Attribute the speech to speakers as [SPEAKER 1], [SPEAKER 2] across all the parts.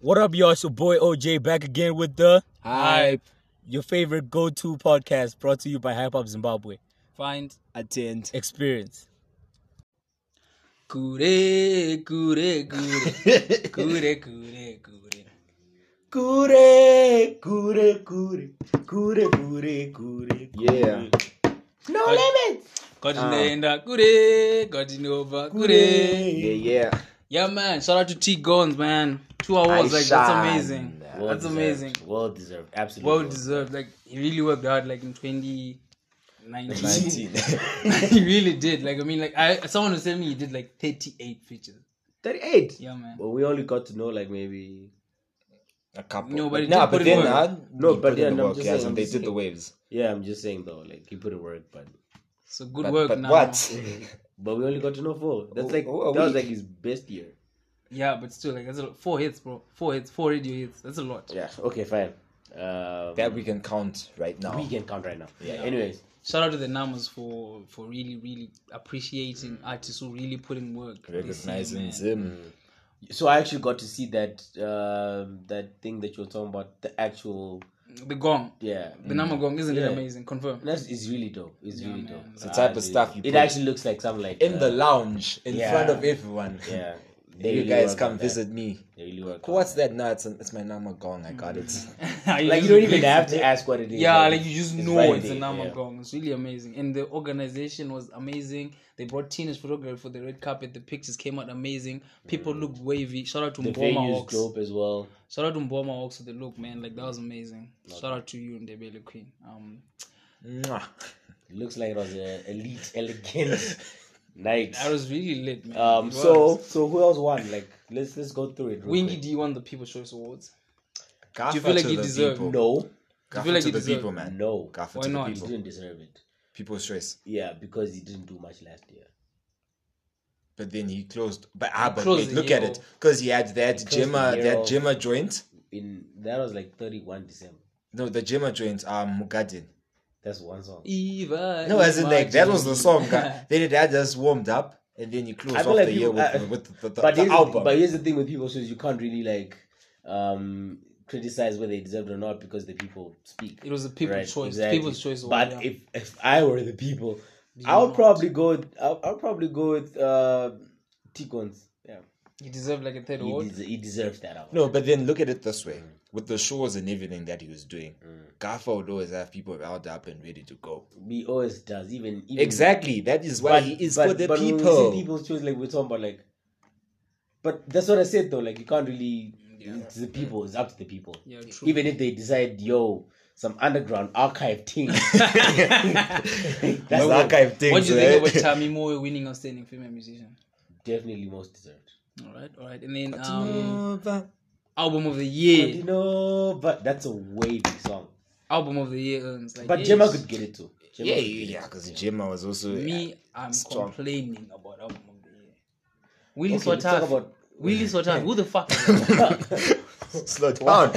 [SPEAKER 1] What up, y'all? It's your boy OJ back again with the
[SPEAKER 2] Hype.
[SPEAKER 1] your favorite go-to podcast brought to you by Hype Up Zimbabwe.
[SPEAKER 3] Find
[SPEAKER 2] Attend.
[SPEAKER 1] Experience.
[SPEAKER 3] Kure, Kure, Kure, Kure, Kure, Kure.
[SPEAKER 2] Kure, kure, kure, kure, kure, kure.
[SPEAKER 4] Yeah.
[SPEAKER 2] No limits.
[SPEAKER 3] Got in
[SPEAKER 4] Ah.
[SPEAKER 3] the end, uh, Kure, got in over, Kure.
[SPEAKER 4] Yeah, yeah.
[SPEAKER 3] Yeah, man. Shout out to T Guns, man. Two awards, like that's
[SPEAKER 4] Aishan.
[SPEAKER 3] amazing.
[SPEAKER 4] Well
[SPEAKER 3] that's
[SPEAKER 4] deserved.
[SPEAKER 3] amazing.
[SPEAKER 4] Well deserved. Absolutely.
[SPEAKER 3] Well deserved. Like he really worked hard, like in 2019.
[SPEAKER 4] 19.
[SPEAKER 3] he really did. Like I mean, like I someone was telling me he did like 38 features.
[SPEAKER 4] 38.
[SPEAKER 3] Yeah, man.
[SPEAKER 4] Well, we only got to know like maybe.
[SPEAKER 5] a couple.
[SPEAKER 3] No, but it
[SPEAKER 5] nah,
[SPEAKER 3] did
[SPEAKER 5] but
[SPEAKER 3] put in
[SPEAKER 5] then
[SPEAKER 3] work.
[SPEAKER 5] uh,
[SPEAKER 4] No,
[SPEAKER 5] he
[SPEAKER 4] but
[SPEAKER 5] put
[SPEAKER 4] yeah,
[SPEAKER 5] in
[SPEAKER 4] no,
[SPEAKER 5] the
[SPEAKER 4] I'm
[SPEAKER 5] work,
[SPEAKER 4] just
[SPEAKER 5] yes,
[SPEAKER 4] saying,
[SPEAKER 5] and
[SPEAKER 4] I'm
[SPEAKER 5] they
[SPEAKER 4] just
[SPEAKER 5] did the
[SPEAKER 4] saying.
[SPEAKER 5] waves.
[SPEAKER 4] Yeah, I'm just saying though, like he put in work, but
[SPEAKER 3] So good
[SPEAKER 5] But,
[SPEAKER 3] work
[SPEAKER 5] but
[SPEAKER 3] now.
[SPEAKER 5] what?
[SPEAKER 4] but we only got to know four. That's
[SPEAKER 5] Oh,
[SPEAKER 4] like
[SPEAKER 5] oh, a
[SPEAKER 4] that was
[SPEAKER 5] week.
[SPEAKER 4] like his best year.
[SPEAKER 3] Yeah, but still, like that's a lot. four hits, bro. Four hits, four radio hits. That's a lot.
[SPEAKER 4] Yeah. Okay, fine. Um,
[SPEAKER 5] That we can count right now.
[SPEAKER 4] we can count right now. Yeah. Anyways,
[SPEAKER 3] Shout out to the Namas for for really really appreciating
[SPEAKER 4] Mm.
[SPEAKER 3] artists who really put in work.
[SPEAKER 5] Recognizing
[SPEAKER 3] This year, man.
[SPEAKER 5] Zim.
[SPEAKER 4] so I actually got to see that um, that thing that you were talking about. The actual
[SPEAKER 3] the gong,
[SPEAKER 4] yeah.
[SPEAKER 3] the Nama gong, isn't
[SPEAKER 4] Mm. Yeah.
[SPEAKER 3] it amazing? Confirm.
[SPEAKER 4] That is really dope. It's
[SPEAKER 3] Yeah,
[SPEAKER 4] really
[SPEAKER 3] man.
[SPEAKER 4] dope.
[SPEAKER 3] It's
[SPEAKER 5] the type of
[SPEAKER 4] Actually,
[SPEAKER 5] stuff you
[SPEAKER 4] It
[SPEAKER 5] put
[SPEAKER 4] actually looks like something like
[SPEAKER 5] In the
[SPEAKER 4] uh,
[SPEAKER 5] lounge, in
[SPEAKER 4] yeah.
[SPEAKER 5] front of everyone.
[SPEAKER 4] yeah. They
[SPEAKER 5] You
[SPEAKER 4] really
[SPEAKER 5] guys
[SPEAKER 4] work on
[SPEAKER 5] come
[SPEAKER 4] that.
[SPEAKER 5] visit me.
[SPEAKER 4] They really work. on
[SPEAKER 5] What's that? No, it's, it's my number gong. I got it.
[SPEAKER 4] Like you don't even have to ask what it is.
[SPEAKER 3] Yeah, like you just
[SPEAKER 4] it's
[SPEAKER 3] know
[SPEAKER 4] right
[SPEAKER 3] it's a
[SPEAKER 4] there,
[SPEAKER 3] Nama
[SPEAKER 4] yeah.
[SPEAKER 3] gong. It's really amazing, and the organization was amazing. They brought teenage photography for the red carpet. The pictures came out amazing. People looked wavy. Shout out to
[SPEAKER 4] Mm. the
[SPEAKER 3] Mboma
[SPEAKER 4] venue is
[SPEAKER 3] Walks.
[SPEAKER 4] dope as well.
[SPEAKER 3] Shout out to Mboma Walks for the look, man. Like that was amazing. Shout out to you and Debele Queen. Um,
[SPEAKER 5] Mwah.
[SPEAKER 4] It looks like it was an elite, elegant night.
[SPEAKER 3] I was really lit, man.
[SPEAKER 4] Um,
[SPEAKER 3] It
[SPEAKER 4] so
[SPEAKER 3] was.
[SPEAKER 4] so who else won? Like let's let's go through it. real
[SPEAKER 3] Wingy
[SPEAKER 4] quick.
[SPEAKER 3] D won the People's Choice Awards.
[SPEAKER 5] Gaffer
[SPEAKER 3] you feel like
[SPEAKER 5] to
[SPEAKER 3] you
[SPEAKER 5] the
[SPEAKER 3] deserve-
[SPEAKER 5] people.
[SPEAKER 4] No,
[SPEAKER 5] Gaffer
[SPEAKER 3] feel like
[SPEAKER 5] to
[SPEAKER 3] you
[SPEAKER 5] the
[SPEAKER 3] deserve-
[SPEAKER 5] people, man.
[SPEAKER 4] no,
[SPEAKER 5] Gaffer
[SPEAKER 3] Why
[SPEAKER 5] to
[SPEAKER 3] not?
[SPEAKER 4] he
[SPEAKER 5] the people.
[SPEAKER 4] didn't deserve it.
[SPEAKER 5] People's choice.
[SPEAKER 4] Yeah, because he didn't do much last year.
[SPEAKER 5] But then he closed. But ah, but
[SPEAKER 3] closed
[SPEAKER 5] wait,
[SPEAKER 3] the
[SPEAKER 5] look
[SPEAKER 3] year
[SPEAKER 5] at it,
[SPEAKER 3] off.
[SPEAKER 5] because he had that
[SPEAKER 4] closed the
[SPEAKER 5] Gemma,
[SPEAKER 4] year
[SPEAKER 5] that
[SPEAKER 4] off.
[SPEAKER 5] Gemma joint.
[SPEAKER 4] In that was like thirty one December.
[SPEAKER 5] No, the Gemma joint. Um, Mugadin.
[SPEAKER 4] That's one song.
[SPEAKER 3] Eva.
[SPEAKER 5] No, as in like that was the
[SPEAKER 3] Imagine.
[SPEAKER 5] song. guy. then it had just warmed up, and then you closed
[SPEAKER 4] I
[SPEAKER 5] off
[SPEAKER 4] feel like
[SPEAKER 5] the year
[SPEAKER 4] people-
[SPEAKER 3] uh,
[SPEAKER 5] with,
[SPEAKER 4] I-
[SPEAKER 5] with the, the,
[SPEAKER 4] but
[SPEAKER 5] the
[SPEAKER 4] here's The,
[SPEAKER 5] album.
[SPEAKER 4] but here's the thing with people, so you can't really like um criticize whether they deserved or not because the people speak.
[SPEAKER 3] It was a people's
[SPEAKER 4] Right,
[SPEAKER 3] choice.
[SPEAKER 4] exactly.
[SPEAKER 3] People's choice.
[SPEAKER 4] But
[SPEAKER 3] award, yeah.
[SPEAKER 4] if if I were the people, I
[SPEAKER 3] you
[SPEAKER 4] would
[SPEAKER 3] not?
[SPEAKER 4] probably go. With, I I'll probably go with uh, Ticons. Yeah,
[SPEAKER 3] you deserve like a third
[SPEAKER 4] he,
[SPEAKER 3] award.
[SPEAKER 4] des- he deserves that award.
[SPEAKER 5] no, but then look at it this way: with the shows and everything that he was doing,
[SPEAKER 3] Mm.
[SPEAKER 5] Gaffa would always have people riled up and ready to go.
[SPEAKER 4] he always does. Even, even
[SPEAKER 5] Exactly, that is why
[SPEAKER 4] But
[SPEAKER 5] he is
[SPEAKER 4] but,
[SPEAKER 5] for the
[SPEAKER 4] but when we
[SPEAKER 5] people.
[SPEAKER 4] see people's choice, like we're talking about, like. But that's what I said though. Like you can't really. It's the people. It's up to the people.
[SPEAKER 3] Yeah, true.
[SPEAKER 4] Even if they decide, yo, some underground archive thing.
[SPEAKER 5] That's
[SPEAKER 4] that's
[SPEAKER 5] that kind of thing.
[SPEAKER 3] what do you think about Tammy Moore winning Outstanding Female Musician?
[SPEAKER 4] definitely most deserved.
[SPEAKER 3] All right, all right, and then um,
[SPEAKER 5] about?
[SPEAKER 3] album of the
[SPEAKER 4] But you
[SPEAKER 3] year.
[SPEAKER 4] know, but that's a wavy song.
[SPEAKER 3] Album of the year earns. Like,
[SPEAKER 4] But
[SPEAKER 3] yes.
[SPEAKER 4] Gemma could get it too. Gemma
[SPEAKER 5] Yeah,
[SPEAKER 4] could get
[SPEAKER 5] yeah,
[SPEAKER 4] it.
[SPEAKER 5] because Gemma was also
[SPEAKER 3] Me, I'm
[SPEAKER 5] Strong.
[SPEAKER 3] complaining about album of the year. Willie
[SPEAKER 4] Okay, let's talk
[SPEAKER 3] Sotaf.
[SPEAKER 4] about-
[SPEAKER 3] Willie Sotaf. Who the fuck? Is that?
[SPEAKER 5] slow down.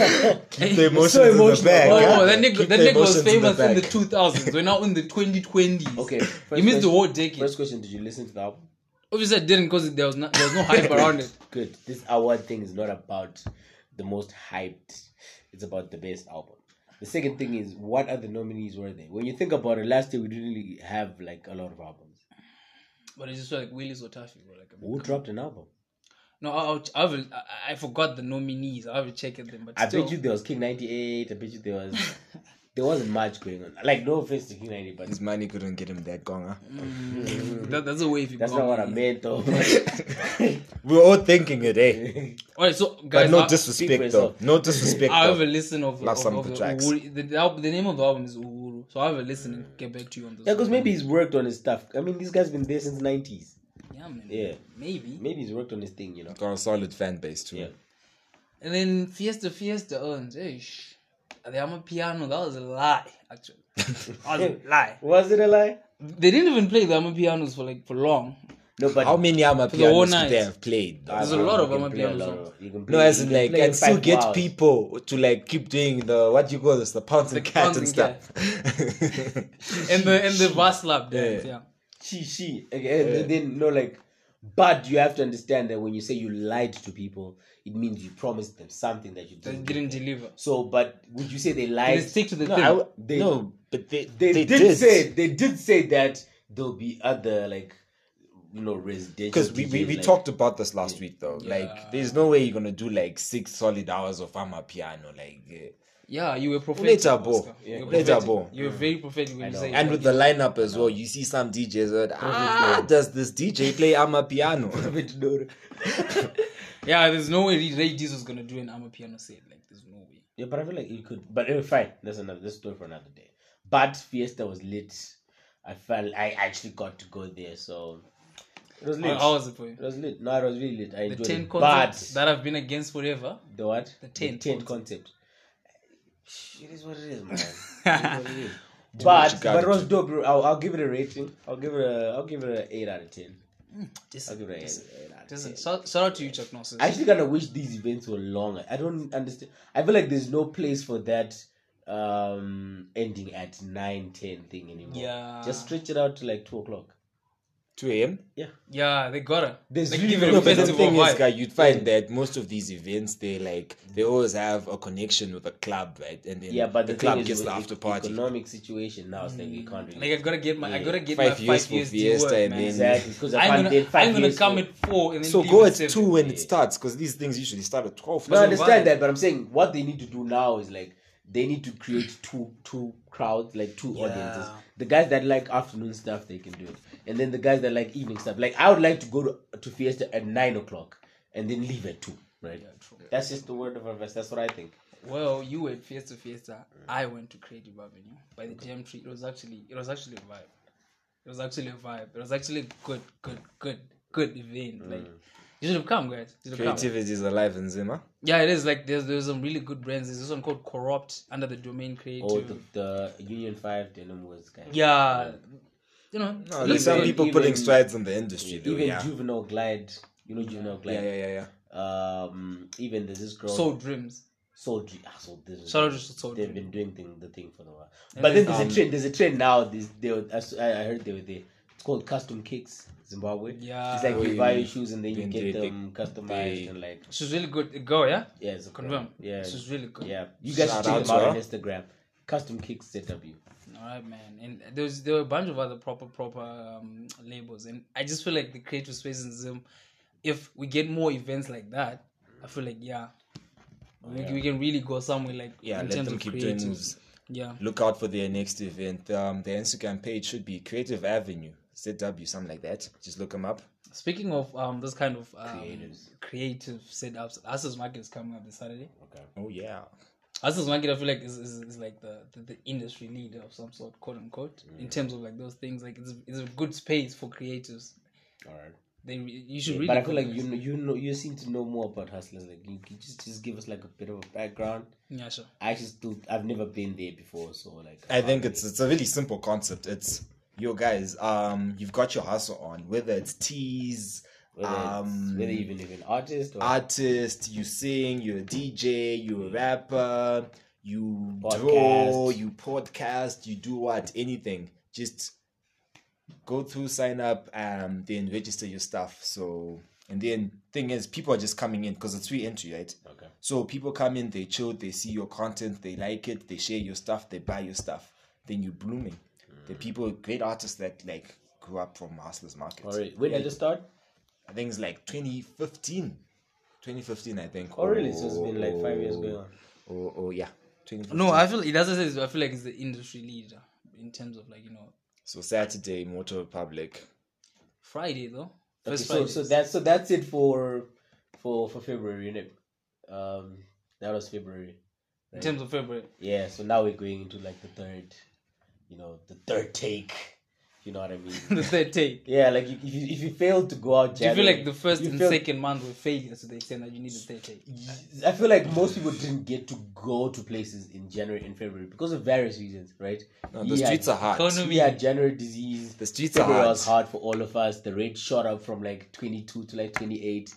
[SPEAKER 5] Keep the emotions
[SPEAKER 4] so
[SPEAKER 5] in the
[SPEAKER 4] emotional.
[SPEAKER 5] bag.
[SPEAKER 3] Oh,
[SPEAKER 5] huh?
[SPEAKER 3] that nigga,
[SPEAKER 5] Keep
[SPEAKER 3] that
[SPEAKER 5] the
[SPEAKER 3] nigga was
[SPEAKER 5] emotions in the
[SPEAKER 3] famous in the
[SPEAKER 5] bag.
[SPEAKER 3] 2000s. We're now in the 2020s.
[SPEAKER 4] Okay,
[SPEAKER 3] you
[SPEAKER 4] first
[SPEAKER 3] missed the
[SPEAKER 4] question-
[SPEAKER 3] whole decade.
[SPEAKER 4] First question: Did you listen to the album?
[SPEAKER 3] Obviously, I didn't because there was no, there was no hype around it.
[SPEAKER 4] Good. This award thing is not about the most hyped. It's about the best album. The second thing is, what other nominees were there? When you think about it, last year we didn't really have like a lot of albums.
[SPEAKER 3] But it's just like Willis or Taffy. Were like,
[SPEAKER 4] Who dropped an album?
[SPEAKER 3] no, I, I'll- I will. I, I forgot the nominees. I will check at them. But
[SPEAKER 4] I
[SPEAKER 3] still,
[SPEAKER 4] bet you there was King ninety eight. I bet you there was. there wasn't much going on. Like no offense to King ninety, but
[SPEAKER 5] His money couldn't get him that gong, huh?
[SPEAKER 3] that, that's a way if you
[SPEAKER 4] that's
[SPEAKER 3] go.
[SPEAKER 4] not what I meant though.
[SPEAKER 5] We were all thinking it, eh?
[SPEAKER 3] All right, so
[SPEAKER 5] But
[SPEAKER 3] guys,
[SPEAKER 5] no
[SPEAKER 3] I,
[SPEAKER 4] speak for
[SPEAKER 5] disrespect, though.
[SPEAKER 4] yourself.
[SPEAKER 5] No disrespect.
[SPEAKER 3] I have
[SPEAKER 5] though.
[SPEAKER 3] a listen of,
[SPEAKER 5] Last
[SPEAKER 3] of,
[SPEAKER 5] some
[SPEAKER 3] of
[SPEAKER 5] good
[SPEAKER 3] the,
[SPEAKER 5] tracks.
[SPEAKER 3] Uhuru. The, the, al- the name of the album is Uhuru. So I have a listen and get back to you on this.
[SPEAKER 4] Yeah, because
[SPEAKER 3] one.
[SPEAKER 4] maybe he's worked on his stuff. I mean, this guy's been there since nineties.
[SPEAKER 3] yeah, man,
[SPEAKER 4] Yeah.
[SPEAKER 3] maybe.
[SPEAKER 4] Maybe he's worked on his thing, you know.
[SPEAKER 5] Got a solid fan base, too.
[SPEAKER 4] Yeah.
[SPEAKER 3] And then Fiesta Fiesta oh, earns. Ish. The Ama Piano. That was a lie, actually. that was a lie.
[SPEAKER 4] Was it a lie?
[SPEAKER 3] They didn't even play the Ama Pianos for like for long.
[SPEAKER 4] No, but
[SPEAKER 5] How many Amapianos
[SPEAKER 3] the whole night.
[SPEAKER 5] could they have played? though?
[SPEAKER 3] There's a lot of
[SPEAKER 4] You can play a
[SPEAKER 3] Amapiano
[SPEAKER 4] lot
[SPEAKER 3] songs.
[SPEAKER 4] of- you can
[SPEAKER 5] No,
[SPEAKER 4] play-
[SPEAKER 5] as
[SPEAKER 4] you
[SPEAKER 5] in
[SPEAKER 4] can
[SPEAKER 5] like,
[SPEAKER 4] play
[SPEAKER 5] and still
[SPEAKER 4] five
[SPEAKER 5] get
[SPEAKER 4] hours.
[SPEAKER 5] people to like keep doing the what do you call this, the pounce and
[SPEAKER 3] The
[SPEAKER 5] cat
[SPEAKER 3] pounce
[SPEAKER 5] and
[SPEAKER 3] and cat.
[SPEAKER 5] stuff.
[SPEAKER 3] and the and the bass lap dance. Yeah.
[SPEAKER 4] She, she, again, and eh, then no, like, But you have to understand that when you say you lied to people, it means you promised them something that you
[SPEAKER 3] They
[SPEAKER 4] didn't.
[SPEAKER 3] didn't deliver.
[SPEAKER 4] So, but would you say they
[SPEAKER 3] They
[SPEAKER 4] lied?
[SPEAKER 3] stick to the
[SPEAKER 5] No,
[SPEAKER 3] thing.
[SPEAKER 5] I w-
[SPEAKER 4] They-
[SPEAKER 5] no, but they
[SPEAKER 4] they, did, say they did say that there'll be other like you know residential
[SPEAKER 5] because we, we,
[SPEAKER 4] DJs,
[SPEAKER 5] we
[SPEAKER 4] like-
[SPEAKER 5] talked about this last week though.
[SPEAKER 3] Yeah.
[SPEAKER 5] Like, there's no way you're gonna do like six solid hours of Ama piano. Like, eh.
[SPEAKER 3] yeah, you were prophetic.
[SPEAKER 5] Later, bro.
[SPEAKER 3] Oscar.
[SPEAKER 5] Yeah.
[SPEAKER 3] You were
[SPEAKER 5] Later,
[SPEAKER 3] prophetic.
[SPEAKER 5] bro.
[SPEAKER 3] You were very prophetic when you say
[SPEAKER 5] and with the lineup as well, you see some DJs that ah, does this DJ play Ama piano?
[SPEAKER 3] Yeah, there's no way Ray Diz was gonna do an I'm a piano set. Like, there's no way.
[SPEAKER 4] yeah but i feel like it could but anyway, fine that's another that's story for another day but fiesta was lit i felt i actually got to go there so it was lit
[SPEAKER 3] How, how Oh, was it for you?
[SPEAKER 4] it was lit no it was really lit i
[SPEAKER 3] The
[SPEAKER 4] enjoyed
[SPEAKER 3] ten
[SPEAKER 4] it but
[SPEAKER 3] concepts that I've been against forever.
[SPEAKER 4] the what the
[SPEAKER 3] tent
[SPEAKER 4] tent concept it is what it is man It is what it is.
[SPEAKER 5] you
[SPEAKER 4] But,
[SPEAKER 5] gotta
[SPEAKER 4] but it was dope. bro. I'll, I'll give it a rating. I'll give it a I'll give it an eight out of ten. I'll give it an eight, eight out of
[SPEAKER 3] Listen,
[SPEAKER 4] ten.
[SPEAKER 3] shout, shout out to you, Chuck Norris.
[SPEAKER 4] I actually kind of wish these events were longer. I don't understand. I feel like there's no place for that um ending at 9 10 thing anymore
[SPEAKER 3] Yeah.
[SPEAKER 4] just stretch it out to like 2 o'clock
[SPEAKER 5] Two a.m.
[SPEAKER 3] Yeah, they gotta.
[SPEAKER 4] There's
[SPEAKER 3] like,
[SPEAKER 4] really
[SPEAKER 3] give it
[SPEAKER 4] no
[SPEAKER 3] a
[SPEAKER 5] No, but the
[SPEAKER 3] festival
[SPEAKER 5] thing is,
[SPEAKER 3] vibe.
[SPEAKER 5] guy, you'd find that most of these events, they like they always have a connection with a club, right? And then
[SPEAKER 4] yeah but the,
[SPEAKER 5] club
[SPEAKER 4] thing is
[SPEAKER 5] gets the
[SPEAKER 4] with
[SPEAKER 5] after party.
[SPEAKER 4] economic situation now it's like we can't really
[SPEAKER 3] Like, I gotta get my, I gotta get
[SPEAKER 5] Five
[SPEAKER 3] my
[SPEAKER 5] years
[SPEAKER 3] five
[SPEAKER 5] for
[SPEAKER 3] years
[SPEAKER 5] Fiesta
[SPEAKER 3] to work,
[SPEAKER 5] and
[SPEAKER 3] man.
[SPEAKER 5] then-
[SPEAKER 4] exactly because i
[SPEAKER 3] I'm
[SPEAKER 4] can't
[SPEAKER 3] gonna,
[SPEAKER 4] date 5
[SPEAKER 3] I'm gonna
[SPEAKER 4] years
[SPEAKER 3] come
[SPEAKER 4] for-
[SPEAKER 3] at four and then
[SPEAKER 5] So
[SPEAKER 3] leave
[SPEAKER 5] go
[SPEAKER 3] at
[SPEAKER 5] at
[SPEAKER 3] seven.
[SPEAKER 5] two when
[SPEAKER 4] Yeah.
[SPEAKER 5] it starts, because these things usually start at twelve.
[SPEAKER 4] No, I understand
[SPEAKER 3] vibe.
[SPEAKER 4] that, but I'm saying what they need to do now is like they need to create two two crowds, like two audiences. The guys that like afternoon stuff, they can do it, and then the guys that like evening stuff. Like I would like to go to, to Fiesta at nine o'clock and then leave at two. Right? That's just the word of advice. That's what I think.
[SPEAKER 3] Well, you went Fiesta Fiesta. I went to Creative Avenue by the jam tree. It was actually, it was actually a vibe. It was actually a vibe. It was actually a good, good, good, good event.
[SPEAKER 5] Mm.
[SPEAKER 3] Like, you should have come, guys. You should have come.
[SPEAKER 5] Creativity is alive in Zima.
[SPEAKER 3] Yeah, it is. Like, there's there's some really good brands. There's this one called Corrupt under the domain creative.
[SPEAKER 4] Oh, the, the Union Five denim was guy.
[SPEAKER 3] Yeah, you know,
[SPEAKER 5] No,
[SPEAKER 3] look
[SPEAKER 5] there's some
[SPEAKER 3] good.
[SPEAKER 5] people
[SPEAKER 4] even-
[SPEAKER 5] putting strides in the industry, though.
[SPEAKER 4] Even
[SPEAKER 5] yeah.
[SPEAKER 4] juvenile glide, you know juvenile
[SPEAKER 5] yeah,
[SPEAKER 4] glide.
[SPEAKER 5] yeah, yeah, yeah.
[SPEAKER 4] Um, even there's this girl.
[SPEAKER 3] So dreams.
[SPEAKER 4] So, dr- ah, so this is-
[SPEAKER 3] Shout out to Soul
[SPEAKER 4] They've
[SPEAKER 3] Dream.
[SPEAKER 4] been doing thing, the thing for a while.
[SPEAKER 3] And
[SPEAKER 4] but then
[SPEAKER 3] there's,
[SPEAKER 4] there's
[SPEAKER 3] um,
[SPEAKER 4] a trend. There's a trend now. This they were, I s- I I heard they were there. It's called custom kicks, Zimbabwe.
[SPEAKER 3] Yeah.
[SPEAKER 4] it's like
[SPEAKER 5] Oh,
[SPEAKER 4] you
[SPEAKER 5] yeah,
[SPEAKER 4] buy
[SPEAKER 5] yeah.
[SPEAKER 4] your shoes and then you
[SPEAKER 5] Then
[SPEAKER 4] get
[SPEAKER 5] they-
[SPEAKER 4] them customized
[SPEAKER 5] they-
[SPEAKER 4] and like
[SPEAKER 3] She's really good. A girl, yeah.
[SPEAKER 4] yeah, it's a girl.
[SPEAKER 3] Confirm.
[SPEAKER 4] Yeah,
[SPEAKER 3] She's really good.
[SPEAKER 4] yeah. You guys should
[SPEAKER 5] Shout
[SPEAKER 4] check
[SPEAKER 5] out
[SPEAKER 4] them
[SPEAKER 5] to
[SPEAKER 4] out on
[SPEAKER 5] her.
[SPEAKER 4] Instagram. Custom kicks ZW.
[SPEAKER 3] All right, man. And there was there were a bunch of other proper proper um, labels, and I just feel like the creative space in Zim. If we get more events like that, I feel like yeah, we, we can really go somewhere. Like
[SPEAKER 5] Yeah,
[SPEAKER 3] in
[SPEAKER 5] let
[SPEAKER 3] terms
[SPEAKER 5] them
[SPEAKER 3] of
[SPEAKER 5] keep
[SPEAKER 3] creative.
[SPEAKER 5] doing moves.
[SPEAKER 3] Yeah,
[SPEAKER 5] Look out for their next event. Um, their Instagram page should be Creative Avenue, ZW, something like that. Just look them up.
[SPEAKER 3] Speaking of um, this kind of um,
[SPEAKER 4] Creatives.
[SPEAKER 3] creative setups, Asus Market is coming up this Saturday.
[SPEAKER 5] Oh yeah.
[SPEAKER 3] Asus Market, I feel like is, is, is like the, the, the industry leader of some sort, quote unquote,
[SPEAKER 4] Mm.
[SPEAKER 3] in terms of like those things. Like it's, it's a good space for creatives.
[SPEAKER 4] All right.
[SPEAKER 3] They re- you should really.
[SPEAKER 4] but I feel
[SPEAKER 3] go
[SPEAKER 4] like
[SPEAKER 3] there.
[SPEAKER 4] you know, you know, you seem to know more about hustlers. Like you, you just just give us like a bit of a background.
[SPEAKER 3] Yeah, sure.
[SPEAKER 4] I just do. I've never been there before, so like
[SPEAKER 5] I think
[SPEAKER 4] can't
[SPEAKER 5] it's it's a really simple concept. It's yo guys, um, you've got your hustle on, whether it's teas,
[SPEAKER 4] really- whether,
[SPEAKER 5] um,
[SPEAKER 4] it's, whether even if an artist or
[SPEAKER 5] artist, you sing, you're a DJ, you're a rapper, you draw,
[SPEAKER 4] Podcast.
[SPEAKER 5] you podcast, you do what, anything. Just go through, sign up, um, then register your stuff. So and then thing is, people are just coming in because it's free entry, right?
[SPEAKER 4] okay.
[SPEAKER 5] So people come in, they chill, they see your content, they like it, they share your stuff, they buy your stuff. Then you're blooming.
[SPEAKER 4] Mm.
[SPEAKER 5] The people, great artists that like grew up from hustlers markets.
[SPEAKER 4] All right. When did it start?
[SPEAKER 5] I think it's like 2015. 2015, I think.
[SPEAKER 4] Oh, really? So it's been like five years going on.
[SPEAKER 5] Oh, oh yeah. 2015.
[SPEAKER 3] No, I feel it doesn't say. I feel like it's the industry leader in terms of like you know
[SPEAKER 5] So Saturday, Motor Republic.
[SPEAKER 3] Friday though.
[SPEAKER 4] Okay,
[SPEAKER 3] First
[SPEAKER 4] so,
[SPEAKER 3] Friday.
[SPEAKER 4] so that's so that's it for for for February, innit? Um, that was February.
[SPEAKER 3] in terms of February.
[SPEAKER 4] Yeah. So now we're going into like the third, you know, the third take. You know what I mean?
[SPEAKER 3] the third take.
[SPEAKER 4] yeah. Like if you if you fail to go out,
[SPEAKER 3] Do you feel
[SPEAKER 4] January,
[SPEAKER 3] like the first
[SPEAKER 4] you
[SPEAKER 3] and
[SPEAKER 4] failed-
[SPEAKER 3] second month were failures to the extent that you need the third take?
[SPEAKER 4] I feel like most people didn't get to go to places in January and February because of various reasons, right?
[SPEAKER 5] No, the streets are hot.
[SPEAKER 3] Economy.
[SPEAKER 4] We had January disease.
[SPEAKER 5] The streets are
[SPEAKER 4] February
[SPEAKER 5] hot.
[SPEAKER 4] was hard for all of us. The rate shot up from like 22 to like 28,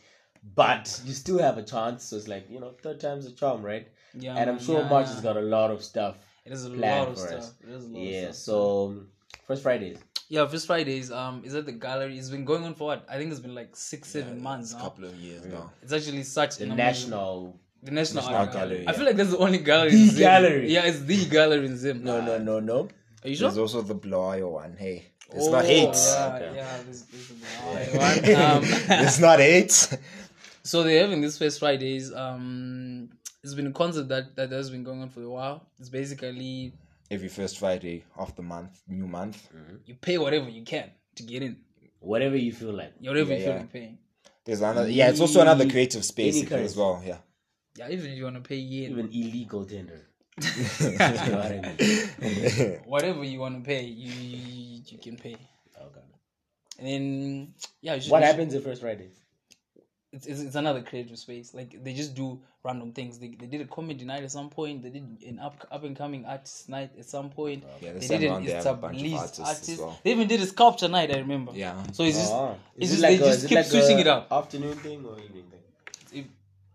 [SPEAKER 4] but you still have a chance. So it's like you know, third time's a charm, right?
[SPEAKER 3] Yeah,
[SPEAKER 4] and I'm
[SPEAKER 3] man,
[SPEAKER 4] sure
[SPEAKER 3] yeah.
[SPEAKER 4] March has got a lot of stuff.
[SPEAKER 3] It is a
[SPEAKER 4] planned
[SPEAKER 3] lot of
[SPEAKER 4] for
[SPEAKER 3] stuff.
[SPEAKER 4] us.
[SPEAKER 3] It is a lot
[SPEAKER 4] Yeah,
[SPEAKER 3] of stuff.
[SPEAKER 4] so um, first Fridays.
[SPEAKER 3] Yeah, First Fridays um is at the gallery. It's been going on for what? I think it's been like six, seven months
[SPEAKER 5] It's a
[SPEAKER 3] now.
[SPEAKER 5] couple of years now.
[SPEAKER 3] It's actually such
[SPEAKER 4] The
[SPEAKER 3] an amazing-
[SPEAKER 4] national.
[SPEAKER 3] the national,
[SPEAKER 5] National
[SPEAKER 3] Art gallery.
[SPEAKER 5] Gallery,
[SPEAKER 3] I
[SPEAKER 5] yeah.
[SPEAKER 3] feel like that's the only gallery.
[SPEAKER 4] The
[SPEAKER 3] in Zim.
[SPEAKER 4] gallery.
[SPEAKER 3] Yeah, it's the gallery in Zim.
[SPEAKER 4] No, no, no, no.
[SPEAKER 3] Are you sure?
[SPEAKER 5] There's also the Blawayo one. Hey, it's
[SPEAKER 3] Oh,
[SPEAKER 5] not hate.
[SPEAKER 3] Yeah,
[SPEAKER 4] Okay.
[SPEAKER 3] yeah. There's, there's the one. Um,
[SPEAKER 5] it's not hate.
[SPEAKER 3] So they're having this First Fridays. Um, it's been a concept that that has been going on for a while. It's basically
[SPEAKER 5] Every first Friday of the month, new month.
[SPEAKER 3] you pay whatever you can to get in,
[SPEAKER 4] Whatever you feel like.
[SPEAKER 3] whatever you
[SPEAKER 5] Yeah,
[SPEAKER 3] feel
[SPEAKER 5] yeah.
[SPEAKER 3] like paying.
[SPEAKER 5] There's another. Yeah, it's also another creative space
[SPEAKER 4] Any
[SPEAKER 5] if you as
[SPEAKER 4] currency.
[SPEAKER 5] well. Yeah.
[SPEAKER 3] Yeah, even if you wanna pay in,
[SPEAKER 4] Even illegal tender. you know what I mean?
[SPEAKER 3] whatever you wanna pay, you you, you can pay.
[SPEAKER 4] Okay.
[SPEAKER 3] And then yeah, you should,
[SPEAKER 4] Oh, What
[SPEAKER 3] you should-
[SPEAKER 4] happens in First Fridays?
[SPEAKER 3] It's, it's, it's another creative space. Like they just do random things. They, they did a comedy night at some point. They did an up up and coming artist night at some point.
[SPEAKER 5] Yeah,
[SPEAKER 3] They
[SPEAKER 5] this
[SPEAKER 3] did
[SPEAKER 5] time
[SPEAKER 3] an
[SPEAKER 5] around they have a
[SPEAKER 3] Istab
[SPEAKER 5] bunch of artists
[SPEAKER 3] artist.
[SPEAKER 5] as well.
[SPEAKER 3] They even did a sculpture night. I remember.
[SPEAKER 5] Yeah.
[SPEAKER 3] So it's just
[SPEAKER 4] Oh.
[SPEAKER 3] it's
[SPEAKER 4] Is it
[SPEAKER 3] just
[SPEAKER 4] like
[SPEAKER 3] they
[SPEAKER 4] a-
[SPEAKER 3] just
[SPEAKER 4] is it
[SPEAKER 3] keep
[SPEAKER 4] like
[SPEAKER 3] switching
[SPEAKER 4] a
[SPEAKER 3] it up.
[SPEAKER 4] Afternoon thing or evening thing?
[SPEAKER 3] It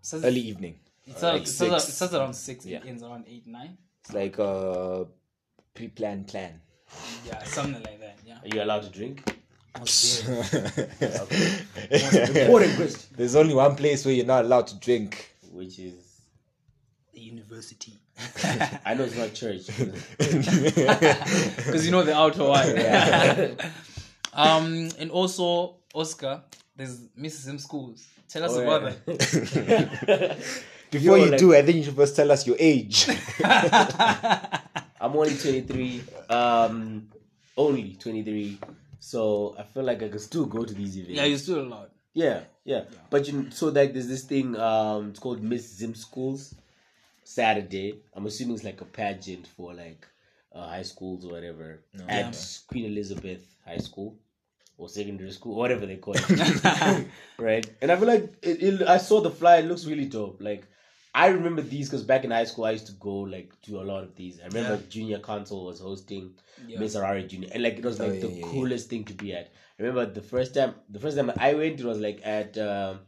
[SPEAKER 3] starts,
[SPEAKER 5] Early evening.
[SPEAKER 3] it starts,
[SPEAKER 5] like
[SPEAKER 3] it starts,
[SPEAKER 5] six.
[SPEAKER 3] it starts around six.
[SPEAKER 5] Yeah.
[SPEAKER 3] It ends around eight nine.
[SPEAKER 5] It's like a pre-planned plan.
[SPEAKER 3] Yeah, something like that. Yeah.
[SPEAKER 4] Are you allowed to drink? Important question.
[SPEAKER 5] There's only one place where you're not allowed to drink.
[SPEAKER 4] Which is,
[SPEAKER 3] The university.
[SPEAKER 4] I know it's not church.
[SPEAKER 3] Because you know the outer one. um, and also Oscar, there's Mrs. M schools. Tell us
[SPEAKER 4] Oh,
[SPEAKER 3] about
[SPEAKER 4] yeah.
[SPEAKER 3] that.
[SPEAKER 5] Before
[SPEAKER 4] Yo,
[SPEAKER 5] you
[SPEAKER 4] like-
[SPEAKER 5] do, I think you should first tell us your age.
[SPEAKER 4] I'm only 23. Um, only 23. So I feel like I could still go to these events.
[SPEAKER 3] Yeah, you're still allowed.
[SPEAKER 4] Yeah, yeah. But you so like there's this thing um it's called Miss Zim Schools Saturday. I'm assuming it's like a pageant for like uh, high schools or whatever at Queen Elizabeth High School or secondary school, whatever they call it. right? And I feel like it, it, I saw the flyer. It looks really dope. Like I remember these because back in high school I used to go like to a lot of these. I remember Junior Council was hosting
[SPEAKER 3] Yeah.
[SPEAKER 4] Miss Harare Junior, and like it was like
[SPEAKER 5] Oh, yeah,
[SPEAKER 4] the
[SPEAKER 5] yeah, yeah.
[SPEAKER 4] coolest thing to be at. I remember the first time, the first time I went, it was like at um,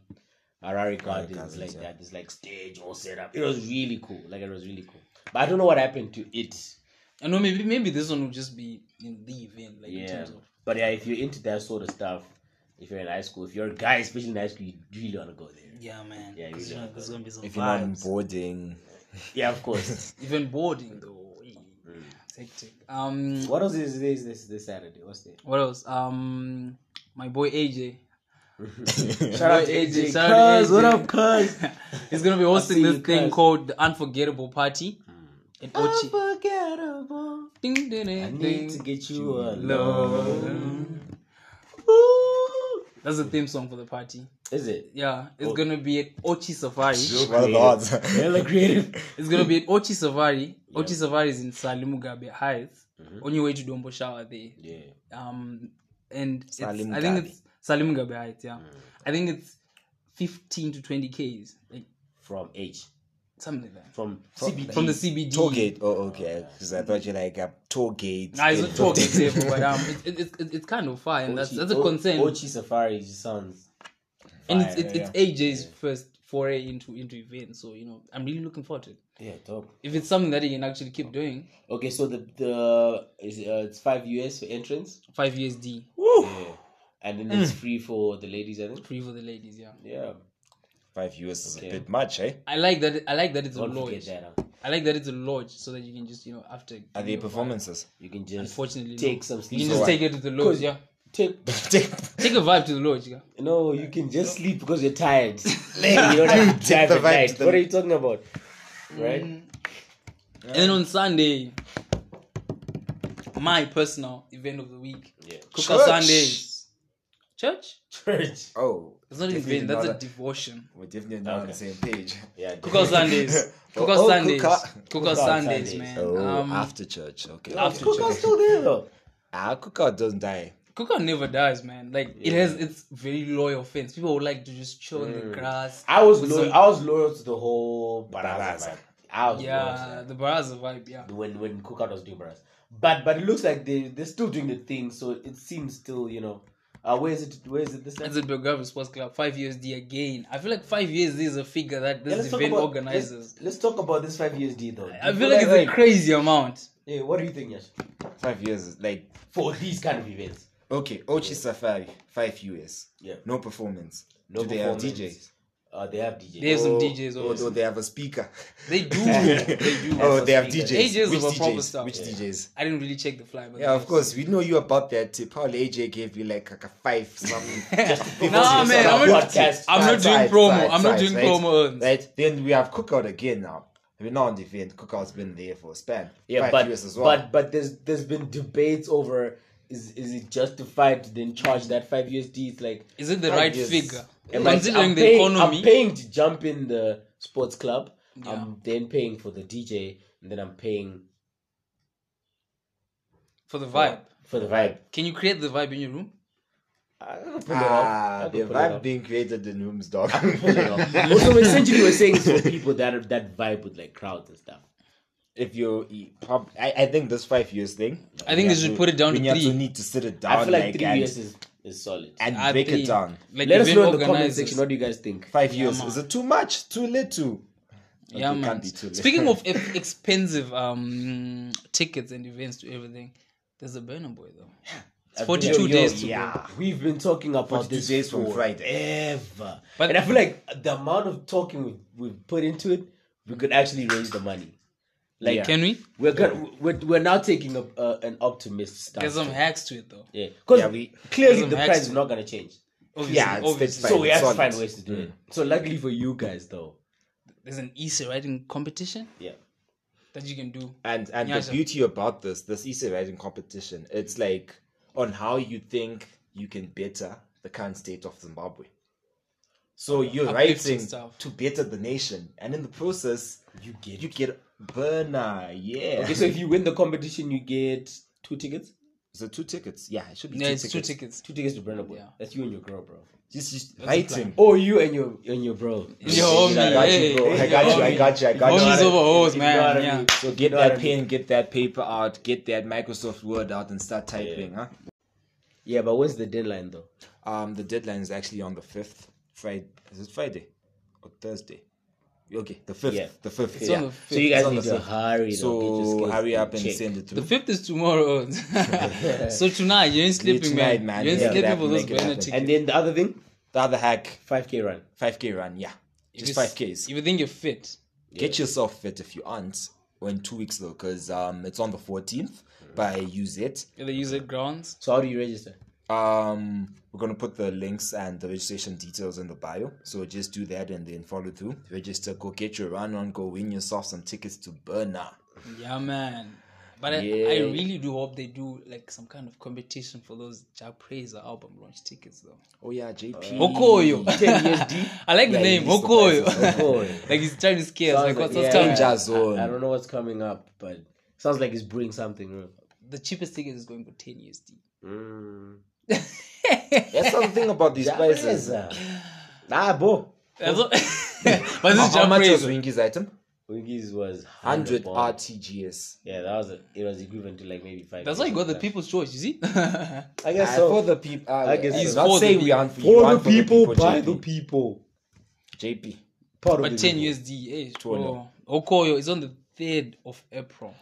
[SPEAKER 4] Harare Gardens,
[SPEAKER 5] Gardens,
[SPEAKER 4] like
[SPEAKER 5] yeah.
[SPEAKER 4] that. This like stage all set up. It was really cool. Like it was really cool. But I don't know what happened to it.
[SPEAKER 3] I know maybe maybe this one will just be you know, the event, like in
[SPEAKER 4] Yeah,
[SPEAKER 3] terms of
[SPEAKER 4] but yeah, if you're into that sort of stuff, if you're in high school, if you're a guy, especially in high school, you really want to go there.
[SPEAKER 3] yeah, man.
[SPEAKER 4] Yeah,
[SPEAKER 3] Because,
[SPEAKER 4] you
[SPEAKER 3] you know,
[SPEAKER 4] do.
[SPEAKER 3] there's gonna be some
[SPEAKER 5] if you're not on
[SPEAKER 3] vibes.
[SPEAKER 5] boarding,
[SPEAKER 4] Yeah, of course.
[SPEAKER 3] Even boarding though. eh,
[SPEAKER 4] Mm.
[SPEAKER 3] Hectic. Um,
[SPEAKER 4] what else is this this this Saturday? What's that?
[SPEAKER 3] What else? Um, my boy AJ.
[SPEAKER 4] Shout out to
[SPEAKER 3] Hey,
[SPEAKER 4] AJ.
[SPEAKER 3] shout out to
[SPEAKER 4] Cuz, what
[SPEAKER 3] AJ.
[SPEAKER 4] up, cuz?
[SPEAKER 3] He's gonna be hosting
[SPEAKER 4] see
[SPEAKER 3] this
[SPEAKER 4] you, Mm.
[SPEAKER 3] thing
[SPEAKER 4] cuz.
[SPEAKER 3] called the Unforgettable Party at Ochi.
[SPEAKER 4] Ah, Unforgettable.
[SPEAKER 3] Ding, ding, ding,
[SPEAKER 4] I
[SPEAKER 3] ding.
[SPEAKER 4] need to get you
[SPEAKER 3] Love.
[SPEAKER 4] alone. Ooh.
[SPEAKER 3] That's the theme song for the party.
[SPEAKER 4] Is it?
[SPEAKER 3] Yeah, it's gonna be at Ochi Safari.
[SPEAKER 5] what are the odds?
[SPEAKER 4] Hella creative.
[SPEAKER 3] It's gonna
[SPEAKER 4] Hmm.
[SPEAKER 3] be at Ochi Safari. Ochi Safari is in Salimugabe Heights.
[SPEAKER 4] Mm-hmm.
[SPEAKER 3] On your way to Dombo Shower there.
[SPEAKER 4] Yeah.
[SPEAKER 3] Um, and it's, I
[SPEAKER 5] Salim
[SPEAKER 3] think
[SPEAKER 5] Gabe.
[SPEAKER 3] it's Salimugabe Heights. Yeah,
[SPEAKER 4] Hmm.
[SPEAKER 3] I think it's fifteen to twenty k's, like
[SPEAKER 4] From H.
[SPEAKER 3] something like that.
[SPEAKER 4] From CBD.
[SPEAKER 3] From the CBD.
[SPEAKER 5] Toll gate. Oh, okay. Because I thought you like a toll gate.
[SPEAKER 3] Nah, it's
[SPEAKER 5] Then-
[SPEAKER 3] not talking table, but um, it, it, it, it's kind of fire, and that's,
[SPEAKER 4] Ochi-
[SPEAKER 3] that's a
[SPEAKER 4] O-
[SPEAKER 3] concern.
[SPEAKER 4] Ochi Safari just sounds.
[SPEAKER 3] and it's, it's,
[SPEAKER 5] yeah,
[SPEAKER 3] it's AJ's first foray into into events, so you know I'm really looking forward to it.
[SPEAKER 4] Yeah, dope.
[SPEAKER 3] If it's something that he can actually keep doing,
[SPEAKER 4] Okay, so the the is it, uh, it's five US for entrance.
[SPEAKER 3] five USD
[SPEAKER 4] Yeah. And then
[SPEAKER 3] Mm.
[SPEAKER 4] it's free for the ladies, I think.
[SPEAKER 3] free for the ladies. Yeah,
[SPEAKER 4] Yeah.
[SPEAKER 5] Five US is
[SPEAKER 4] Okay.
[SPEAKER 5] a bit much, eh?
[SPEAKER 3] I like that. I like that it's
[SPEAKER 4] Don't
[SPEAKER 3] a
[SPEAKER 4] forget
[SPEAKER 3] lodge.
[SPEAKER 4] that. Huh?
[SPEAKER 3] I like that it's a lodge, so that you can just you know after.
[SPEAKER 5] Are
[SPEAKER 3] you
[SPEAKER 5] they
[SPEAKER 3] know,
[SPEAKER 5] performances?
[SPEAKER 4] You can just
[SPEAKER 3] Unfortunately,
[SPEAKER 4] take
[SPEAKER 3] no.
[SPEAKER 4] some
[SPEAKER 3] You
[SPEAKER 4] sleep.
[SPEAKER 3] can just
[SPEAKER 5] what?
[SPEAKER 3] take it to the lodge. Yeah,
[SPEAKER 4] take
[SPEAKER 3] take a vibe to the lodge. Yeah.
[SPEAKER 4] No, you can just sleep because you're tired. you don't have to drive
[SPEAKER 5] the
[SPEAKER 4] at
[SPEAKER 5] vibe
[SPEAKER 4] night.
[SPEAKER 5] to the-
[SPEAKER 4] What are you talking about?
[SPEAKER 3] Mm.
[SPEAKER 4] Right?
[SPEAKER 3] And then on Sunday, my personal event of the week,
[SPEAKER 4] Yeah.
[SPEAKER 3] Cooker
[SPEAKER 5] Church.
[SPEAKER 3] Sundays, church.
[SPEAKER 4] Church.
[SPEAKER 5] Oh.
[SPEAKER 3] It's not an
[SPEAKER 5] definitely
[SPEAKER 3] event. That's a
[SPEAKER 5] not-
[SPEAKER 3] devotion.
[SPEAKER 5] We're definitely not on the same page.
[SPEAKER 4] Yeah. dude.
[SPEAKER 3] Cookout Sundays. Cookout
[SPEAKER 5] oh,
[SPEAKER 3] Sundays.
[SPEAKER 5] cookout.
[SPEAKER 3] Cookout
[SPEAKER 4] Cookout
[SPEAKER 3] Sundays,
[SPEAKER 4] Sundays.
[SPEAKER 3] man.
[SPEAKER 5] Oh,
[SPEAKER 3] um,
[SPEAKER 5] after church. Okay.
[SPEAKER 4] Ah,
[SPEAKER 5] okay.
[SPEAKER 4] Cookout's still there though.
[SPEAKER 5] Ah, cookout doesn't die.
[SPEAKER 3] Cookout never dies, man. Like it has its very loyal fans. People would like to just chill in
[SPEAKER 5] Mm.
[SPEAKER 3] the grass.
[SPEAKER 4] I was
[SPEAKER 3] With
[SPEAKER 4] loyal.
[SPEAKER 3] some-
[SPEAKER 4] I was loyal to the whole Baraza.
[SPEAKER 5] Baraza.
[SPEAKER 4] vibe. I was loyal to
[SPEAKER 3] yeah, the Baraza vibe. Yeah,
[SPEAKER 4] that when when Cookout was doing Baraza. But but it looks like they they're still doing the thing, so it seems still you know Uh, where is it? Where is it this time?
[SPEAKER 3] That's at Belgrave Sports Club. Five USD again. I feel like five USD is a figure that
[SPEAKER 4] Yeah,
[SPEAKER 3] this
[SPEAKER 4] let's talk
[SPEAKER 3] event
[SPEAKER 4] about-
[SPEAKER 3] organizes.
[SPEAKER 4] Let's, let's talk about this five years deal though.
[SPEAKER 3] I feel like it's a crazy amount.
[SPEAKER 4] Yeah, what do you think, Yash?
[SPEAKER 5] Five years, is like
[SPEAKER 4] For these kind of events,
[SPEAKER 5] okay, Ochi Safari, five US.
[SPEAKER 4] Yeah.
[SPEAKER 5] No performance.
[SPEAKER 4] No
[SPEAKER 5] Do they have
[SPEAKER 4] performance.
[SPEAKER 5] DJs?
[SPEAKER 4] uh, they have DJs.
[SPEAKER 3] They have some
[SPEAKER 5] Or-
[SPEAKER 3] DJs,
[SPEAKER 5] Or,
[SPEAKER 3] obviously.
[SPEAKER 5] or they have a speaker.
[SPEAKER 3] They do. they do.
[SPEAKER 5] oh, they have
[SPEAKER 4] speaker.
[SPEAKER 5] DJs.
[SPEAKER 3] DJs
[SPEAKER 5] Which
[SPEAKER 3] of a proper
[SPEAKER 5] DJs?
[SPEAKER 3] stuff.
[SPEAKER 5] Which
[SPEAKER 3] Yeah.
[SPEAKER 5] DJs?
[SPEAKER 3] I didn't really check the flyer, but
[SPEAKER 5] Yeah, of course. We know you about that tip. Paul AJ gave you like, like a five something.
[SPEAKER 3] No, nah,
[SPEAKER 5] Because
[SPEAKER 3] man.
[SPEAKER 5] it's
[SPEAKER 3] I'm
[SPEAKER 5] a
[SPEAKER 3] not,
[SPEAKER 5] podcast.
[SPEAKER 3] I'm not
[SPEAKER 5] Size,
[SPEAKER 3] doing
[SPEAKER 5] size,
[SPEAKER 3] promo.
[SPEAKER 5] size,
[SPEAKER 3] I'm not
[SPEAKER 5] size,
[SPEAKER 3] doing
[SPEAKER 5] right?
[SPEAKER 3] promo. Ernst.
[SPEAKER 5] Right? Then we have Cookout again now. We're not on the event. Cookout's been there for a span.
[SPEAKER 4] Yeah,
[SPEAKER 5] Five
[SPEAKER 4] but,
[SPEAKER 5] years as well.
[SPEAKER 4] but but there's there's been debates over is is it justified to then charge that five USD? It's like
[SPEAKER 3] Is it the
[SPEAKER 4] five
[SPEAKER 3] right
[SPEAKER 4] years-
[SPEAKER 3] figure?
[SPEAKER 4] Am I-
[SPEAKER 3] Considering
[SPEAKER 4] I'm
[SPEAKER 3] the
[SPEAKER 4] paying,
[SPEAKER 3] economy.
[SPEAKER 4] I'm paying to jump in the sports club.
[SPEAKER 3] Yeah.
[SPEAKER 4] I'm then paying for the DJ, and then I'm paying
[SPEAKER 3] for the vibe.
[SPEAKER 4] for the vibe.
[SPEAKER 3] Can you create the vibe in your room?
[SPEAKER 4] I can pull it off.
[SPEAKER 5] ah,
[SPEAKER 4] I
[SPEAKER 5] the
[SPEAKER 4] can pull it
[SPEAKER 5] vibe
[SPEAKER 4] off.
[SPEAKER 5] being created in rooms, dog.
[SPEAKER 4] Pull it off. also, essentially, we're saying it's for people that are, that vibe with like crowds and stuff.
[SPEAKER 5] if you, you prob- I, I think this five years thing.
[SPEAKER 3] I think they should put it down to
[SPEAKER 5] You
[SPEAKER 3] three.
[SPEAKER 5] need to sit it down.
[SPEAKER 4] I feel like three
[SPEAKER 5] and,
[SPEAKER 4] years is, is solid.
[SPEAKER 5] and
[SPEAKER 3] I
[SPEAKER 5] break
[SPEAKER 3] think,
[SPEAKER 5] it down.
[SPEAKER 3] Like
[SPEAKER 4] Let us
[SPEAKER 3] event
[SPEAKER 4] know in the comment
[SPEAKER 3] organizers.
[SPEAKER 4] section. What do you guys think?
[SPEAKER 5] Five years
[SPEAKER 3] man.
[SPEAKER 5] is it too much? Too little? Okay,
[SPEAKER 3] yeah,
[SPEAKER 5] can't
[SPEAKER 3] man.
[SPEAKER 5] be too little.
[SPEAKER 3] Speaking of ex- expensive um tickets and events to everything, there's a burner boy though. It's forty
[SPEAKER 4] Yo,
[SPEAKER 3] two
[SPEAKER 4] yo,
[SPEAKER 3] days to
[SPEAKER 5] yeah.
[SPEAKER 3] go.
[SPEAKER 4] We've been talking about
[SPEAKER 5] 42
[SPEAKER 4] this
[SPEAKER 5] days from Friday.
[SPEAKER 4] forever,
[SPEAKER 3] But-
[SPEAKER 4] and I feel like the amount of talking we we've put into it, we could actually raise the money. Like
[SPEAKER 3] Can we
[SPEAKER 4] we're, gonna, we're we're now taking a, uh, an optimist
[SPEAKER 3] get
[SPEAKER 4] stance.
[SPEAKER 3] some hacks to it though?
[SPEAKER 4] Yeah, because
[SPEAKER 5] Yeah, we-
[SPEAKER 4] clearly
[SPEAKER 3] Some
[SPEAKER 4] the
[SPEAKER 3] hacks
[SPEAKER 4] price is
[SPEAKER 3] to-
[SPEAKER 4] not gonna change.
[SPEAKER 3] Obviously,
[SPEAKER 5] Yeah, it's
[SPEAKER 3] obviously.
[SPEAKER 5] fixed
[SPEAKER 4] So we have to
[SPEAKER 5] solid.
[SPEAKER 4] find ways to do it. So luckily for you guys, though,
[SPEAKER 3] there's an easy writing competition
[SPEAKER 4] yeah,
[SPEAKER 3] that you can do.
[SPEAKER 5] And and
[SPEAKER 3] Yeah,
[SPEAKER 5] the
[SPEAKER 3] sure.
[SPEAKER 5] beauty about this, this essay writing competition, it's like on how you think you can better the current state of Zimbabwe. So you're
[SPEAKER 3] Uplifting
[SPEAKER 5] writing
[SPEAKER 3] stuff.
[SPEAKER 5] to better the nation, and in the process,
[SPEAKER 4] you get.
[SPEAKER 5] you get burner. Yeah.
[SPEAKER 4] okay, so if you win the competition, you get two tickets.
[SPEAKER 5] so two tickets. Yeah, it should be
[SPEAKER 3] Yeah,
[SPEAKER 5] two,
[SPEAKER 3] it's
[SPEAKER 5] tickets.
[SPEAKER 3] two tickets.
[SPEAKER 4] Two tickets to burn up.
[SPEAKER 3] Yeah.
[SPEAKER 4] That's you and your girl, bro.
[SPEAKER 5] Just, just
[SPEAKER 3] the plan.
[SPEAKER 5] writing.
[SPEAKER 4] Or you and your and your bro.
[SPEAKER 3] Yo,
[SPEAKER 5] I
[SPEAKER 3] homie,
[SPEAKER 5] got
[SPEAKER 3] hey,
[SPEAKER 5] you, bro. I
[SPEAKER 3] hey,
[SPEAKER 5] got you.
[SPEAKER 3] homie.
[SPEAKER 5] I got you. I got you.
[SPEAKER 3] Homies Oh, over hoes,
[SPEAKER 4] You know
[SPEAKER 3] man.
[SPEAKER 4] what I
[SPEAKER 3] yeah.
[SPEAKER 4] mean?
[SPEAKER 5] So get
[SPEAKER 4] know what I
[SPEAKER 5] that pen, get that paper out, get that Microsoft Word out, and start typing. Huh?
[SPEAKER 4] Yeah, but when's the deadline though?
[SPEAKER 5] Um, the deadline is actually on the fifth. Friday is it Friday or Thursday? Okay, the fifth.
[SPEAKER 4] Yeah.
[SPEAKER 5] The fifth.
[SPEAKER 3] It's
[SPEAKER 5] yeah.
[SPEAKER 3] on the
[SPEAKER 4] So you guys
[SPEAKER 5] It's on
[SPEAKER 4] need
[SPEAKER 5] the
[SPEAKER 4] to
[SPEAKER 5] fifth.
[SPEAKER 4] hurry. though. Get
[SPEAKER 5] So
[SPEAKER 4] your
[SPEAKER 5] hurry
[SPEAKER 4] skills
[SPEAKER 5] up and
[SPEAKER 4] in check.
[SPEAKER 5] send it
[SPEAKER 3] The
[SPEAKER 5] through.
[SPEAKER 3] fifth is tomorrow. so tonight you ain't sleeping,
[SPEAKER 5] tonight,
[SPEAKER 3] man.
[SPEAKER 5] man.
[SPEAKER 3] You ain't
[SPEAKER 5] Yeah,
[SPEAKER 3] sleeping
[SPEAKER 5] that-
[SPEAKER 3] for those
[SPEAKER 5] make it
[SPEAKER 3] burner
[SPEAKER 5] happen.
[SPEAKER 3] tickets.
[SPEAKER 4] And then the other thing,
[SPEAKER 5] The other hack,
[SPEAKER 4] five k run.
[SPEAKER 5] five k run. Yeah,
[SPEAKER 3] If
[SPEAKER 5] just
[SPEAKER 3] it's-
[SPEAKER 5] five k's.
[SPEAKER 3] If you think you're fit,
[SPEAKER 5] Get yourself fit if you aren't. Well, in two weeks though, because um, it's on the fourteenth. But use it.
[SPEAKER 3] you're the user grounds.
[SPEAKER 4] So how do you register?
[SPEAKER 5] Um, we're gonna put the links and the registration details in the bio. So just do that and then follow through. Register, go get your run on, go win yourself some tickets to Burner.
[SPEAKER 3] Yeah, man. But I,
[SPEAKER 5] Yeah.
[SPEAKER 3] I really do hope they do like some kind of competition for those Jack Praiser album launch tickets though.
[SPEAKER 5] Oh yeah, JP.
[SPEAKER 3] Okoyo. I like the
[SPEAKER 5] Yeah,
[SPEAKER 3] name,
[SPEAKER 5] he is the
[SPEAKER 3] Okoyo.
[SPEAKER 5] best.
[SPEAKER 4] Okoyo.
[SPEAKER 3] like he's trying to scare us. Like, what's, what's
[SPEAKER 4] yeah,
[SPEAKER 3] coming?
[SPEAKER 5] Danger
[SPEAKER 4] I, I
[SPEAKER 5] zone.
[SPEAKER 4] don't know what's coming up, but sounds like it's bringing something. real.
[SPEAKER 3] The cheapest ticket is going for 10 USD.
[SPEAKER 5] That's the thing about these places.
[SPEAKER 4] Jabreza. Nah, bo.
[SPEAKER 3] That's what- but this
[SPEAKER 5] How,
[SPEAKER 3] is
[SPEAKER 5] how
[SPEAKER 3] Jack
[SPEAKER 5] much was
[SPEAKER 3] Praiser.
[SPEAKER 5] Wingy's item?
[SPEAKER 4] Wingis was
[SPEAKER 5] 100
[SPEAKER 4] bomb.
[SPEAKER 5] RTGS.
[SPEAKER 4] Yeah, that was a, it was equivalent to like maybe five.
[SPEAKER 3] That's why you
[SPEAKER 4] years
[SPEAKER 3] got the
[SPEAKER 4] back.
[SPEAKER 3] people's choice, you see?
[SPEAKER 4] I
[SPEAKER 5] Uh,
[SPEAKER 4] guess so.
[SPEAKER 5] for the people. Uh,
[SPEAKER 4] I guess
[SPEAKER 5] it's
[SPEAKER 4] so.
[SPEAKER 5] not
[SPEAKER 3] For the
[SPEAKER 5] saying we
[SPEAKER 3] people.
[SPEAKER 5] aren't for, you,
[SPEAKER 4] For
[SPEAKER 5] aren't
[SPEAKER 4] the people, by
[SPEAKER 5] JP.
[SPEAKER 4] the people.
[SPEAKER 5] JP.
[SPEAKER 4] Part of
[SPEAKER 3] but
[SPEAKER 4] the
[SPEAKER 3] 10
[SPEAKER 4] people.
[SPEAKER 3] USD, eh? Bro. Okoyo is on the 3rd of April.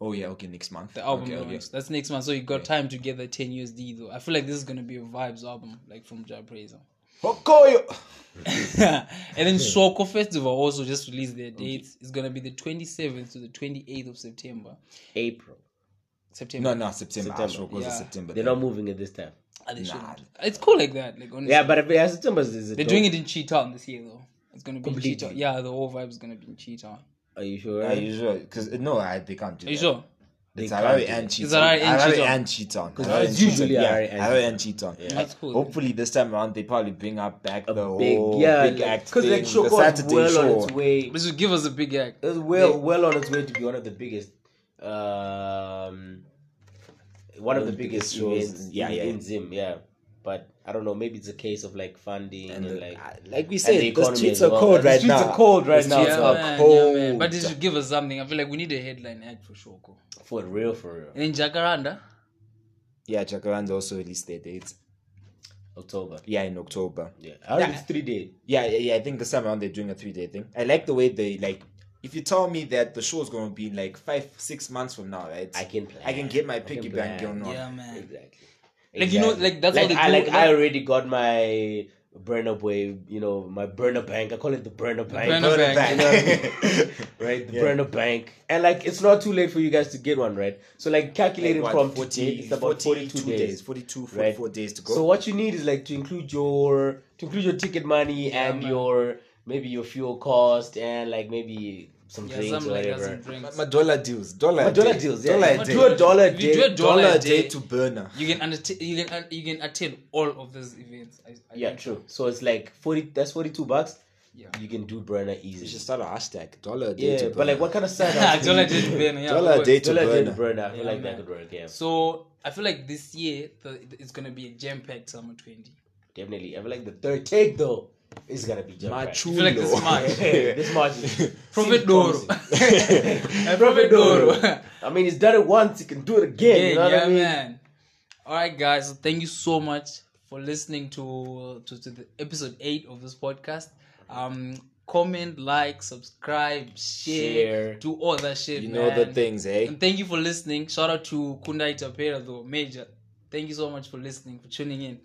[SPEAKER 5] Oh yeah, okay, next month.
[SPEAKER 3] The album
[SPEAKER 5] okay,
[SPEAKER 3] launch.
[SPEAKER 5] okay.
[SPEAKER 3] That's next month. So you got time to get the 10 USD though. I feel like this is gonna be a vibes album, like from Jack Praiser.
[SPEAKER 5] Okoyo.
[SPEAKER 3] and then Shoko Festival also just released their dates. It's gonna be the 27th to the 28th of September.
[SPEAKER 4] April.
[SPEAKER 3] September.
[SPEAKER 5] No, no, September.
[SPEAKER 4] September.
[SPEAKER 5] Ashok was a
[SPEAKER 3] Yeah.
[SPEAKER 5] September.
[SPEAKER 4] They're not moving it this time.
[SPEAKER 3] Ah, they
[SPEAKER 5] Nah.
[SPEAKER 3] shouldn't. It's cool like that. Like honestly,
[SPEAKER 4] Yeah, but if yeah, September is a
[SPEAKER 3] they're
[SPEAKER 4] dope-
[SPEAKER 3] doing it in Cheetah this year though. It's gonna be in
[SPEAKER 4] Completely.
[SPEAKER 3] Cheetah. Yeah, the whole vibe is gonna be in Cheetah.
[SPEAKER 4] Are you sure?
[SPEAKER 5] Are you sure? Because Uh, no, I, they can't do
[SPEAKER 3] Are you
[SPEAKER 5] that.
[SPEAKER 3] sure?
[SPEAKER 5] It's
[SPEAKER 4] They can't
[SPEAKER 5] Harare
[SPEAKER 4] do
[SPEAKER 5] and
[SPEAKER 3] It's
[SPEAKER 5] Cheetah.
[SPEAKER 3] Harare and
[SPEAKER 5] Harare
[SPEAKER 3] Cheetah.
[SPEAKER 5] and Cheetah.
[SPEAKER 4] it's usually Harare and
[SPEAKER 5] Harare and Cheetah.
[SPEAKER 3] That's cool.
[SPEAKER 5] Hopefully this time around they probably bring up back the
[SPEAKER 4] big,
[SPEAKER 5] whole
[SPEAKER 4] yeah,
[SPEAKER 5] big act
[SPEAKER 4] because
[SPEAKER 5] thing.
[SPEAKER 4] like
[SPEAKER 5] the
[SPEAKER 4] Shoko is
[SPEAKER 5] Saturday
[SPEAKER 4] well
[SPEAKER 5] show.
[SPEAKER 4] on its way.
[SPEAKER 3] This will give us a big act.
[SPEAKER 4] It's well, well on its way to be one of the biggest, um, one of the biggest
[SPEAKER 5] shows.
[SPEAKER 4] events
[SPEAKER 5] Yeah,
[SPEAKER 4] in,
[SPEAKER 5] yeah,
[SPEAKER 4] in
[SPEAKER 5] yeah.
[SPEAKER 4] Zim. Yeah, but I don't know. Maybe it's a case of like funding and,
[SPEAKER 5] And the-
[SPEAKER 4] like.
[SPEAKER 5] I- like we
[SPEAKER 4] the
[SPEAKER 5] said, the
[SPEAKER 4] economy
[SPEAKER 5] streets
[SPEAKER 4] as
[SPEAKER 5] are
[SPEAKER 4] well.
[SPEAKER 5] cold
[SPEAKER 4] The
[SPEAKER 5] right
[SPEAKER 4] streets
[SPEAKER 5] now.
[SPEAKER 4] are cold right
[SPEAKER 5] the
[SPEAKER 4] now.
[SPEAKER 5] Streets
[SPEAKER 4] Yeah,
[SPEAKER 5] are
[SPEAKER 3] man, yeah,
[SPEAKER 5] cold.
[SPEAKER 3] man. But this should give us something. I feel like we need a headline act for Shoko.
[SPEAKER 4] For real, for real.
[SPEAKER 3] And in Jacaranda,
[SPEAKER 5] yeah, Jacaranda also released their dates.
[SPEAKER 4] October.
[SPEAKER 5] Yeah, in October.
[SPEAKER 4] Yeah, I heard
[SPEAKER 5] Yeah.
[SPEAKER 4] it's three days.
[SPEAKER 5] Yeah, yeah, yeah. I think this time around they're doing a three day thing. I like the way they like. If you tell me that the show is going to be in like five, six months from now, right?
[SPEAKER 4] I can play.
[SPEAKER 5] I can get my piggy bank
[SPEAKER 4] plan.
[SPEAKER 5] going on.
[SPEAKER 3] Yeah, man.
[SPEAKER 4] Exactly.
[SPEAKER 3] Like, you know,
[SPEAKER 4] Exactly.
[SPEAKER 3] like, that's
[SPEAKER 4] like,
[SPEAKER 3] what they
[SPEAKER 4] I,
[SPEAKER 3] do,
[SPEAKER 4] like
[SPEAKER 3] like-
[SPEAKER 4] I already got my burner wave. You know, my burner bank. I call it the burner bank.
[SPEAKER 3] burner Burner bank.
[SPEAKER 5] bank.
[SPEAKER 4] right? The
[SPEAKER 5] Yeah.
[SPEAKER 4] burner bank. And like it's not too late for you guys to get one, right? So like calculating
[SPEAKER 5] Like,
[SPEAKER 4] from
[SPEAKER 5] what,
[SPEAKER 4] today, it's about 42 days.
[SPEAKER 5] 42,
[SPEAKER 4] right?
[SPEAKER 5] 44 days to go.
[SPEAKER 4] So what you need is like to include your to include your ticket money and
[SPEAKER 3] man.
[SPEAKER 4] your maybe your fuel cost and like maybe some
[SPEAKER 3] Yeah,
[SPEAKER 4] drinks
[SPEAKER 3] something
[SPEAKER 4] or
[SPEAKER 3] like that.
[SPEAKER 4] whatever.
[SPEAKER 3] Some drinks.
[SPEAKER 5] my dollar deals, dollar,
[SPEAKER 4] But
[SPEAKER 5] a
[SPEAKER 4] dollar
[SPEAKER 5] day.
[SPEAKER 4] deals, yeah.
[SPEAKER 5] dollar
[SPEAKER 4] If
[SPEAKER 5] a
[SPEAKER 4] you
[SPEAKER 5] day,
[SPEAKER 4] do a dollar
[SPEAKER 3] If you do
[SPEAKER 4] day-
[SPEAKER 3] a dollar, a day,
[SPEAKER 5] to burner.
[SPEAKER 3] you can under you can un- you can attend all of these events. I, I
[SPEAKER 4] yeah,
[SPEAKER 3] think.
[SPEAKER 4] true. So it's like forty. That's forty two bucks.
[SPEAKER 3] Yeah.
[SPEAKER 4] You can do burner
[SPEAKER 5] You should
[SPEAKER 4] easy.
[SPEAKER 5] start a hashtag, dollar a day to
[SPEAKER 4] Yeah,
[SPEAKER 5] burner.
[SPEAKER 4] but like what kind of side
[SPEAKER 3] I
[SPEAKER 4] hustle?
[SPEAKER 3] don't like this event, yeah,
[SPEAKER 5] Dollar
[SPEAKER 3] of
[SPEAKER 5] a
[SPEAKER 3] course.
[SPEAKER 5] day to
[SPEAKER 4] Dollar day to
[SPEAKER 5] burner.
[SPEAKER 4] burner. I feel
[SPEAKER 3] Yeah,
[SPEAKER 4] like
[SPEAKER 3] man.
[SPEAKER 4] that could work. Yeah,
[SPEAKER 3] So I feel like this year the, it's gonna be a jam packed summer twenty.
[SPEAKER 4] definitely. I feel like the third take though is gonna be jump right.
[SPEAKER 5] Machulo.
[SPEAKER 3] I feel like this March.
[SPEAKER 4] this March. is-
[SPEAKER 3] Prophet Doro. Prophet
[SPEAKER 4] Prophet
[SPEAKER 3] Doro.
[SPEAKER 4] Doro. I mean, he's done it once. He can do it again. you know what
[SPEAKER 3] yeah,
[SPEAKER 4] I mean?
[SPEAKER 3] man. All right, guys. So thank you so much for listening to to, to the episode eight of this podcast. Um, comment, like, subscribe, share,
[SPEAKER 4] Share.
[SPEAKER 3] do all that shit.
[SPEAKER 5] You know the
[SPEAKER 3] man.
[SPEAKER 5] things, eh?
[SPEAKER 3] And thank you for listening. Shout out to Kundai Tapera though, Major. Thank you so much for listening, for tuning in.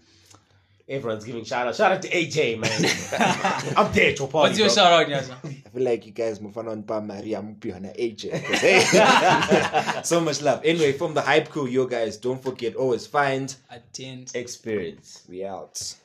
[SPEAKER 4] Everyone's giving shout out. Shout out to AJ, man. I'm there to a party.
[SPEAKER 3] What's your
[SPEAKER 4] bro.
[SPEAKER 3] shout out, Nyasha?
[SPEAKER 5] I feel like you guys move on by Maria Mupiona AJ. 'cause, hey, so much love. Anyway, from the hype crew, you guys don't forget always find
[SPEAKER 3] Attend.
[SPEAKER 4] Experience.
[SPEAKER 5] we out.